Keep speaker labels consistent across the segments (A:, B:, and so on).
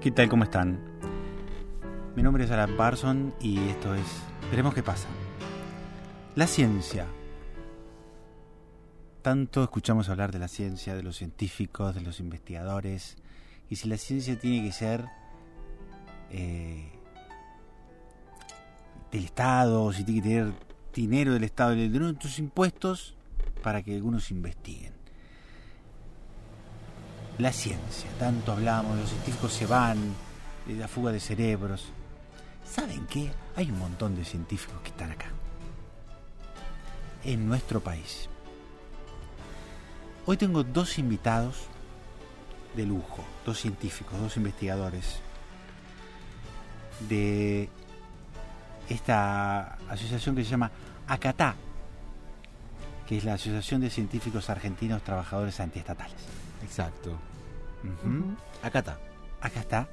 A: ¿Qué tal? ¿Cómo están? Mi nombre es Alan Parson y esto es Veremos qué pasa. La ciencia. Tanto escuchamos hablar de la ciencia, de los científicos, de los investigadores, y si la ciencia tiene que ser eh, del Estado, si tiene que tener dinero del Estado, de nuestros impuestos, para que algunos investiguen la ciencia. Tanto hablamos, los científicos se van, de la fuga de cerebros. ¿Saben qué? Hay un montón de científicos que están acá, en nuestro país. Hoy tengo dos invitados de lujo, dos científicos, dos investigadores de esta asociación que se llama ACATÁ, que es la Asociación de Científicos Argentinos Trabajadores Antiestatales.
B: Exacto.
A: Ujú.
B: Acá está.
A: Acá está.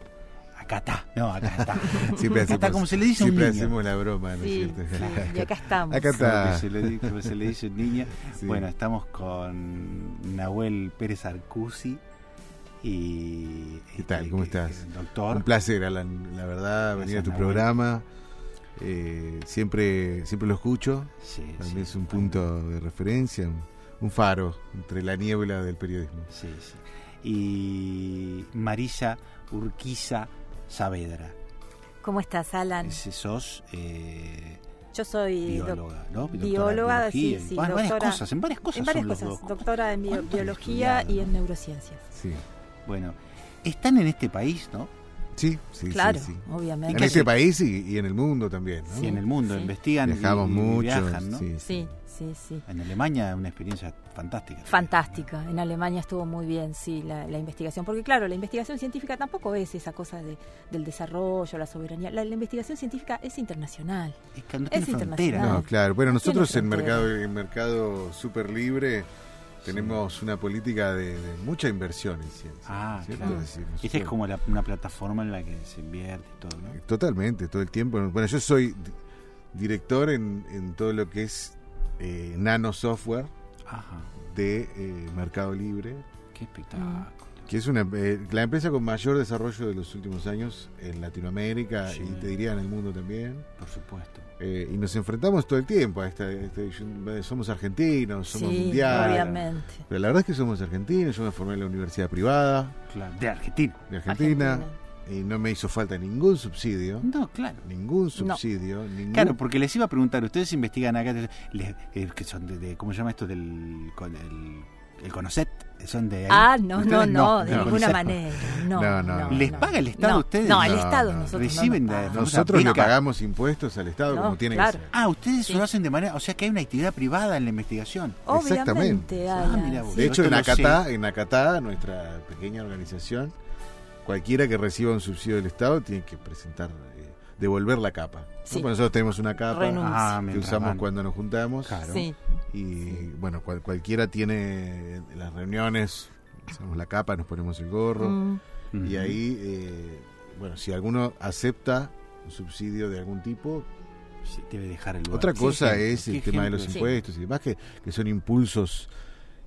A: Acá está. No, acá está.
B: Siempre
A: Acá está
B: hacemos-
A: como se le dice a un
B: siempre
A: niño.
B: hacemos la broma, ¿no es
C: Sí,
B: cierto?
C: sí, y acá estamos.
B: Acá está.
A: Como se le di- como se le dice niña.
B: Sí.
A: Bueno, estamos con Nahuel Pérez Arcusi y...
B: ¿Qué tal? ¿Cómo
A: que-
B: estás?
A: Doctor.
B: Un placer, Alan, la verdad, venir
A: Gracias,
B: a tu
A: Nahuel.
B: programa. Eh, siempre, siempre lo escucho.
A: Sí,
B: Para
A: sí.
B: mí es un punto de referencia, un- un faro entre la niebla del periodismo.
A: Sí, sí. Y Marisa Urquiza Saavedra.
C: ¿Cómo estás, Alan?
A: Ese sos... eh,
C: Yo soy doc-
A: bióloga, ¿no? Doctora en
C: bióloga, sí,
A: biología, en
C: sí,
A: va- varias
C: doctora.
A: cosas, en varias cosas
C: en varias
A: son los
C: cosas,
A: dos.
C: doctora en bio-
A: ¿Cuánto han
C: biología
A: estudiado?
C: y en neurociencias.
B: Sí,
A: Bueno, están en este país, ¿no?
B: sí, sí. sí,
C: claro,
B: sí.
C: obviamente.
B: En este país y, y en el mundo también. ¿no?
A: Y en el mundo,
C: Mm, Sí.
A: investigan y-
B: Viajamos
A: y,
B: mucho.
A: viajan, ¿no?
B: sí,
C: Sí, sí, sí.
A: En Alemania una experiencia fantástica.
C: Fantástica. En Alemania estuvo muy bien, sí, la, la investigación. Porque claro, la investigación científica tampoco es esa cosa de, del desarrollo, la soberanía. La, la investigación científica es internacional.
A: Es que no tiene
C: Es
A: frontera.
C: internacional.
B: No, claro. Bueno, nosotros en
C: frontera.
B: mercado, en mercado super libre tenemos una política de, de mucha inversión en ciencia.
A: Ah,
B: ¿cierto?
A: claro.
B: Es decir,
A: Esta
B: nosotros- eh,
A: es como la- una plataforma en la que se invierte y todo, ¿no?
B: Totalmente, todo el tiempo. Bueno, yo soy di- director en, en todo lo que es eh, nano software
A: Ajá,
B: de eh, Mercado Libre,
A: qué espectáculo.
B: que es una, eh, la empresa con mayor desarrollo de los últimos años en Latinoamérica
A: Sí.
B: y te diría en el mundo también.
C: Mm.
A: Por supuesto.
B: Eh, y nos enfrentamos todo el tiempo a esta. este- yo- somos argentinos, somos
C: sí,
B: mundiales.
C: obviamente.
B: Pero la verdad es que somos argentinos, yo me formé en la universidad privada
A: Claro. De Argentina.
B: de Argentina, y no me hizo falta ningún subsidio,
C: ¿Mm?
A: No, claro.
B: ningún subsidio, ningún...
A: Claro, porque les iba a preguntar, ustedes investigan acá, les- eh, que son de, de- ¿cómo se llama esto? Del, con el, el CONOCET, son de ahí.
C: Ah, no, no,
A: Ustedes
C: no, de
B: no.
C: ninguna
A: Concepto.
C: manera. No,
B: No,
C: no,
B: no,
A: ¿Les
C: no.
A: paga el Estado a
C: No,
A: ustedes?
C: No, el
B: No,
C: Estado
B: no.
C: nosotros
A: Reciben
C: no nos
A: de-
C: paga.
B: Nosotros le
A: Pica.
B: pagamos impuestos al Estado
C: No,
B: como tiene
C: claro.
B: que ser.
A: Ah, ustedes
C: Sí.
A: lo hacen de manera, o sea que hay una actividad privada en la investigación.
B: Exactamente.
C: Obviamente, Alan,
A: Ah, mira vos.
C: sí.
B: De
A: Yo
B: hecho,
A: esto
B: en
A: lo
B: Acatá, en Acatá, nuestra pequeña organización, cualquiera que reciba un subsidio del Estado tiene que presentar, eh, devolver la capa. ¿no?
C: Sí.
B: Porque nosotros tenemos una capa
C: Renun-
A: Ah,
B: que
A: mientras
B: usamos
A: van.
B: cuando nos juntamos.
A: Claro.
C: Sí.
B: Y bueno, cual- cualquiera tiene en las reuniones, usamos la capa, nos ponemos el gorro.
C: Mm,
B: Y ahí, eh, bueno, si alguno acepta un subsidio de algún tipo,
A: Sí, debe dejar el lugar.
B: otra
A: Sí,
B: cosa
A: ejemplo.
B: es el
A: ¿Qué
B: tema de los
A: ejemplo?
C: Sí.
B: impuestos y demás, que, que son impulsos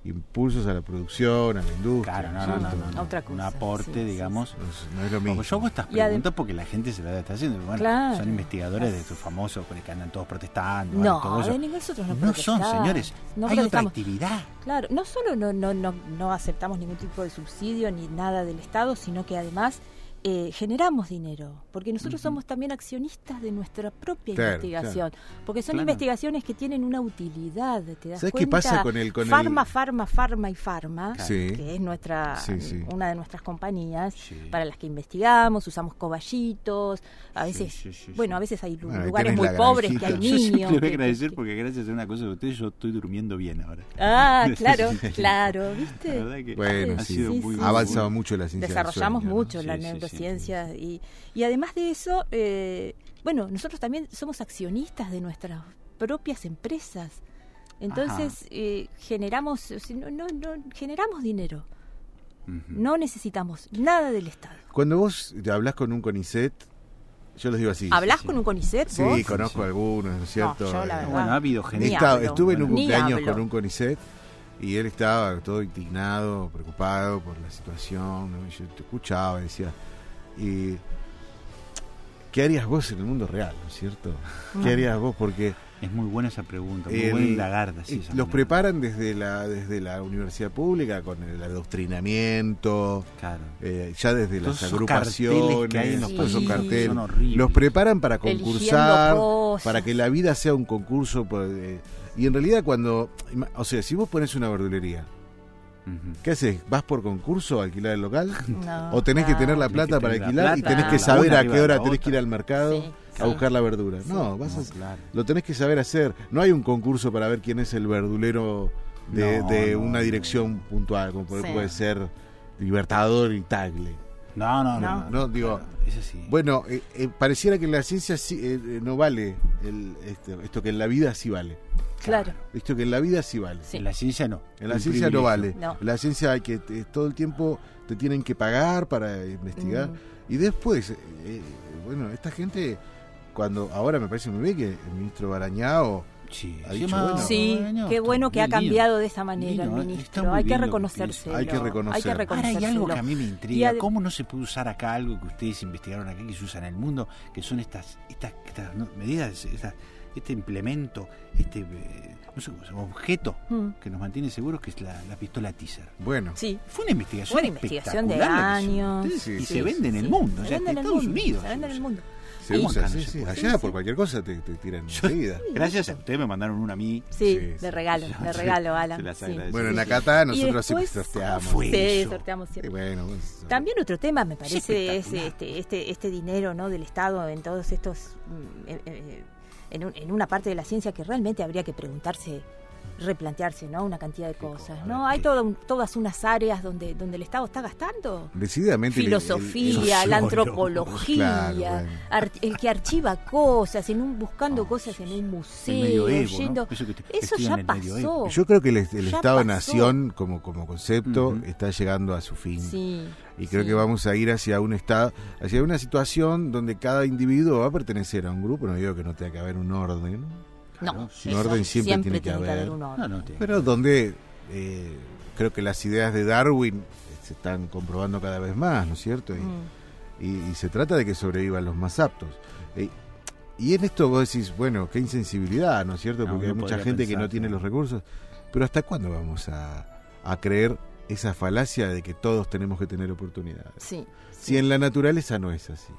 B: impulsos a la producción, a la industria.
A: Claro, no,
B: ¿no
A: no,
B: es
A: no,
B: cierto?
A: no, no.
C: Otra cosa,
A: Un aporte,
C: sí, sí,
A: digamos.
B: No, no es lo
A: Como
B: mismo.
A: yo hago estas
C: Y adem-
A: preguntas porque la gente se la está haciendo. Bueno,
C: Claro.
A: son investigadores de sus famosos pues, que andan todos protestando. bueno,
C: No,
A: todo
C: de
A: eso.
C: ningún nosotros no
A: no son,
C: protestamos,
A: señores.
C: No
A: hay otra
C: protestamos.
A: actividad.
C: Claro, no solo no, no, no, no aceptamos ningún tipo de subsidio ni nada del Estado, sino que además eh, generamos dinero, porque nosotros somos también accionistas de nuestra propia
B: Claro,
C: investigación, porque son
A: Claro.
C: investigaciones que tienen una utilidad, ¿te das
B: ¿Sabes
C: cuenta?
B: qué pasa con el- con el-
C: farma, farma, farma y farma,
B: Sí.
C: que es nuestra
B: Sí, sí.
C: una de nuestras compañías
A: Sí.
C: para las que investigamos, usamos coballitos, a veces,
A: sí, sí, Ah, sí.
C: bueno, a veces hay lu-
B: Bueno, ahí
C: lugares
B: tenés
C: muy
B: la
C: pobres que
B: granjita.
C: hay
A: Yo siempre
C: niños.
A: le voy
C: que-
A: a agradecer
C: que-
A: porque gracias a una cosa de ustedes yo estoy durmiendo bien ahora.
C: Ah, claro,
A: Sí.
C: claro,
A: La
C: ¿viste?
A: verdad que
B: Bueno,
A: ha
B: sí.
A: sido muy
C: Sí,
B: Ha avanzado mucho la ciencia. del
C: desarrollamos
B: sueño, ¿no?
C: mucho la
A: Sí, sí, sí.
C: neurociencia Y, y además de eso, eh, bueno, nosotros también somos accionistas de nuestras propias empresas. Entonces eh, generamos, o sea, no, no, no, generamos dinero.
A: Ujú.
C: No necesitamos nada del Estado.
B: Cuando vos hablas con un CONICET, yo les digo así.
C: ¿Hablás
A: sí.
C: con un CONICET
B: Sí,
C: vos?
B: conozco
A: Sí.
B: algunos, ¿no es cierto?
C: yo la
B: Eh,
C: verdad.
A: Bueno, ha habido gente.
C: Ni
B: Estaba-
C: hablo.
B: estuve en un
C: Ni
B: cumpleaños
C: hablo.
B: con un CONICET y él estaba todo indignado, preocupado por la situación. ¿no? Yo te escuchaba y decía, eh, ¿qué harías vos en el mundo real, no es cierto? ¿Qué harías vos? Porque
A: Es muy buena esa pregunta, muy
B: el-
A: buena indagar de así
B: eh,
A: esa
B: los
A: manera.
B: preparan desde la, desde la universidad pública con el adoctrinamiento,
A: Claro.
B: eh, ya desde
A: Todos
B: las
A: esos carteles
B: agrupaciones,
A: que hay en los
B: todos esos
C: países
B: carteles.
A: son horribles.
B: los preparan para
C: Eligiendo
B: concursar,
C: cosas.
B: para que la vida sea un concurso. por- eh, y en realidad cuando, ima- o sea, si vos pones una verdulería,
A: Ujú.
B: ¿qué haces? ¿Vas por concurso a alquilar el local?
C: No,
B: O tenés que
C: claro.
B: tener la
A: Tenés
B: plata
A: que
B: para
A: tener la
B: alquilar y
A: plata, Ah,
B: tenés que
A: la
B: saber
A: una
B: a
A: arriba
B: qué
A: de
B: hora
A: la
B: tenés que ir
A: otra.
B: al mercado
C: Sí,
B: a
C: sí.
B: buscar la verdura. No, vas
A: No,
B: a,
A: claro.
B: lo tenés que saber hacer. No hay un concurso para ver quién es el verdulero de,
A: No,
B: de
A: no,
B: una
A: no.
B: dirección puntual, como
C: Sí.
B: puede ser Libertador y Tagle.
A: No, no, no.
C: No.
A: no,
B: No, digo,
A: Eso sí.
B: Bueno, eh, eh, pareciera que en la ciencia sí, eh, eh, no vale el- este- esto que en la vida sí vale.
C: Claro.
B: Esto que en la vida sí vale.
C: Sí.
A: En la ciencia no.
B: En la
A: Un
B: ciencia
A: privilegio.
B: no vale.
C: No.
B: En la ciencia hay que eh, todo el tiempo te tienen que pagar para investigar.
C: Mm.
B: Y después, eh, eh, bueno, esta gente, cuando ahora me parece muy bien que el ministro Barañao
A: Sí,
B: Ha
A: se
B: dicho,
A: llama-
B: bueno.
C: Sí,
A: bueno,
C: qué
A: está
C: bueno que ha
A: muy lindo.
C: cambiado de esa manera
A: Lindo,
C: el
A: está
C: ministro.
A: muy
C: Hay que
A: lindo lo que
C: reconocerse.
A: hizo.
B: Hay que
C: Hay que
B: reconocer.
A: Ahora hay algo que a
C: reconocérselo.
A: mí me
C: Y
A: intriga.
C: ade-
A: ¿Cómo no se puede usar acá algo que ustedes investigaron acá que se usa en el mundo? Que son estas, estas, estas no, medidas, estas- este implemento, este eh, no sé cómo se llama, objeto
C: Mm.
A: que nos mantiene seguros, que es la, la pistola teaser.
B: bueno,
C: Sí.
A: Fue una investigación,
C: Una investigación de
A: espectacular la que hicieron
C: años.
A: ustedes,
B: Sí,
A: y
B: sí,
A: se
B: sí,
A: vende en el
C: sí.
A: mundo,
C: Se
A: o sea, en
C: vende en el
A: Estados
C: mundo,
A: Unidos.
C: Se vende en
A: se
C: el
A: usa.
C: mundo.
B: se
A: ¿cómo
B: usa,
A: acá no
B: sí,
A: se
B: sí.
A: puede?
B: allá por cualquier cosa te, te tiran enseguida.
A: Gracias a ustedes me mandaron una a mí.
C: Sí,
B: Sí, sí.
C: de regalo, de regalo, Alan.
A: Se las
C: sí.
A: agradezco.
B: Bueno,
A: Sí,
B: en
A: sí.
B: Acatá nosotros
C: Y después-
B: siempre sorteamos.
A: ¿Cómo fue?
C: Sí,
A: Eso.
C: sorteamos siempre.
B: Y bueno, pues,
C: También otro tema, me parece, es
A: espectacular.
C: este, este, este dinero ¿no? del Estado en todos estos. mm, eh, eh, en, un- en una parte de la ciencia que realmente habría que preguntarse, replantearse, ¿no? Una cantidad de
A: cosa,
C: cosas,
A: a
C: ¿no?
A: ver,
C: Hay
A: ¿qué?
C: toda un- todas unas áreas donde, donde el Estado está gastando.
B: Decididamente. el- el- el-
C: Filosofía,
A: el-
C: la
A: el-
C: antropología,
B: Claro, bueno.
C: ar- el que archiva cosas, en un, buscando
A: Ah,
C: cosas
A: sí,
C: en un
A: El
C: museo,
A: medioevo, ¿no?
C: yendo.
A: Eso, que te-
C: Eso
A: estudian
C: ya
A: el medioevo.
C: pasó.
B: Yo creo que el, el
C: Ya
B: Estado-Nación como, como concepto
A: Ujú.
B: está llegando a su fin.
C: Sí,
B: Y creo
C: sí.
B: que vamos a ir hacia un estado, hacia una situación donde cada individuo va a pertenecer a un grupo. No digo que no tenga que haber un orden,
C: No,
A: Claro, sí.
B: Un
C: eso
B: orden siempre tiene que haber.
C: un orden.
A: No, no, te-
B: pero donde eh, creo que las ideas de Darwin se están comprobando cada vez más, ¿no es cierto? Y,
C: Mm.
B: y- y se trata de que sobrevivan los más aptos. Eh, y en esto vos decís, bueno, qué insensibilidad, ¿no es cierto?
A: No,
B: Porque
A: uno
B: hay mucha
A: podría
B: gente que
A: pensar,
B: no tiene
A: claro.
B: los recursos. Pero ¿hasta cuándo vamos a, a creer esa falacia de que todos tenemos que tener oportunidades?
C: Sí.
B: Si en la naturaleza no es así.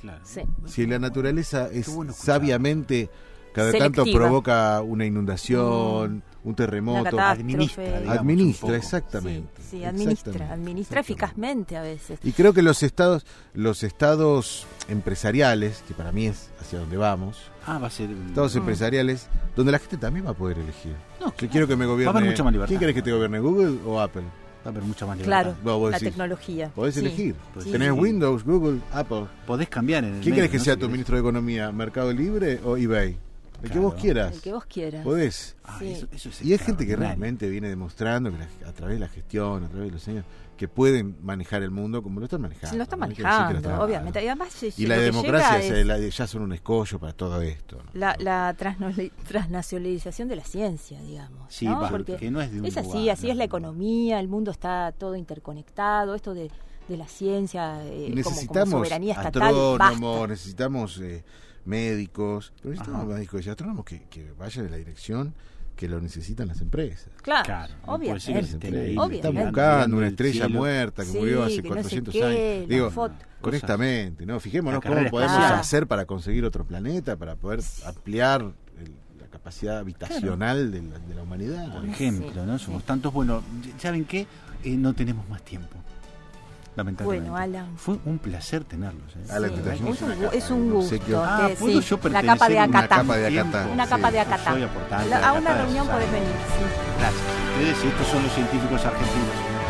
A: Claro.
C: Sí.
B: Si la naturaleza es
A: bueno escuchar.
B: sabiamente, cada tanto
C: Selectiva. Mm.
B: provoca una inundación, un
C: Una
B: terremoto,
C: catástrofe.
A: administra, digamos, un
B: administra,
A: poco.
B: exactamente.
C: Sí, sí, administra,
B: exactamente, exactamente.
C: administra eficazmente a veces.
B: Y creo que los estados, los estados empresariales, que para mí es hacia donde vamos,
A: Ah, va a ser. un-
B: estados
C: Mm.
B: empresariales, donde la gente también va a poder elegir.
A: No,
B: Yo quiero que me gobierne.
A: haber mucha más libertad.
B: ¿Quién querés que te gobierne, Google o Apple?
A: Va a haber mucha más libertad.
C: Claro,
B: Vos- vos
C: la
B: decís,
C: tecnología.
B: Podés
C: Sí.
B: elegir.
A: Sí.
B: Tenés Windows, Google, Apple.
A: Podés cambiar en el
B: ¿Quién
A: medio,
B: querés que
A: ¿no?
B: sea
A: Si
B: tu
A: querés.
B: ministro de Economía? ¿Mercado Libre o eBay? El que vos
A: Claro.
B: quieras.
C: El que vos quieras.
B: Podés.
A: Ah,
C: Sí.
A: eso- eso es
B: Y hay gente que
A: extraordinario.
B: realmente viene demostrando que la- a través de la gestión, a través de los años, que pueden manejar el mundo como lo están manejando.
C: Sí, lo está
B: No hay que decir que lo
C: manejando,
B: están manejando.
C: obviamente. Y además, eh,
B: Y la
C: lo que
B: democracia
C: llega
B: se-
C: es
B: la- ya son un escollo para todo esto. ¿no?
C: la, la transno- transnacionalización de la ciencia, digamos.
A: Sí,
C: ¿no?
A: va,
C: Porque
A: que no es de un
C: es así,
A: lugar,
C: así
A: no.
C: es la economía, el mundo está todo interconectado, esto de, de la ciencia eh,
B: Y
C: como-
B: necesitamos
C: como, soberanía estatal.
B: astrónomos,
C: basta.
B: necesitamos eh, médicos, pero necesitamos
A: Ajá.
B: médicos y astrónomos que, que vayan en la dirección que lo necesitan las empresas.
C: Claro,
A: Claro, no puede ser que
C: obviamente.
A: se estén
B: Obviamente.
A: ahí,
C: Obviamente.
B: Están
A: mirando,
B: buscando
A: mirando
B: una
A: el
B: estrella
A: cielo.
B: muerta que
C: Sí,
B: murió hace
C: que no sé
B: 400
C: qué,
B: años.
C: la
B: Digo,
C: foto.
B: honestamente, ¿no?
A: La
B: Fijémonos
A: carrera
B: cómo podemos
C: espacial.
B: hacer para conseguir otro planeta, para poder ampliar el- la capacidad habitacional de, la, de la humanidad.
A: Por ejemplo, ¿no?
C: sí.
A: Somos tantos. Bueno, ¿saben qué? Eh, no tenemos más tiempo. Lamentablemente.
C: Bueno, Alan.
A: Fue un placer tenerlos. ¿eh?
B: Alan,
C: Sí,
B: te trajimos
C: es un
B: una
C: gu-
B: capa
C: es
B: de
C: un gusto.
B: obsequio.
A: Ah,
C: Te-
A: ¿puedo
C: sí,
A: yo
C: la
A: pertenecer
C: capa de
A: a una
C: Acatá.
B: capa de Acatá?
C: Una capa de Acatá.
A: Soy aportante.
C: La-
A: de
C: a una
A: Acatá,
C: reunión
A: ¿sabes?
C: podés venir. sí.
A: Gracias. Ustedes, estos son los científicos argentinos. ¿no?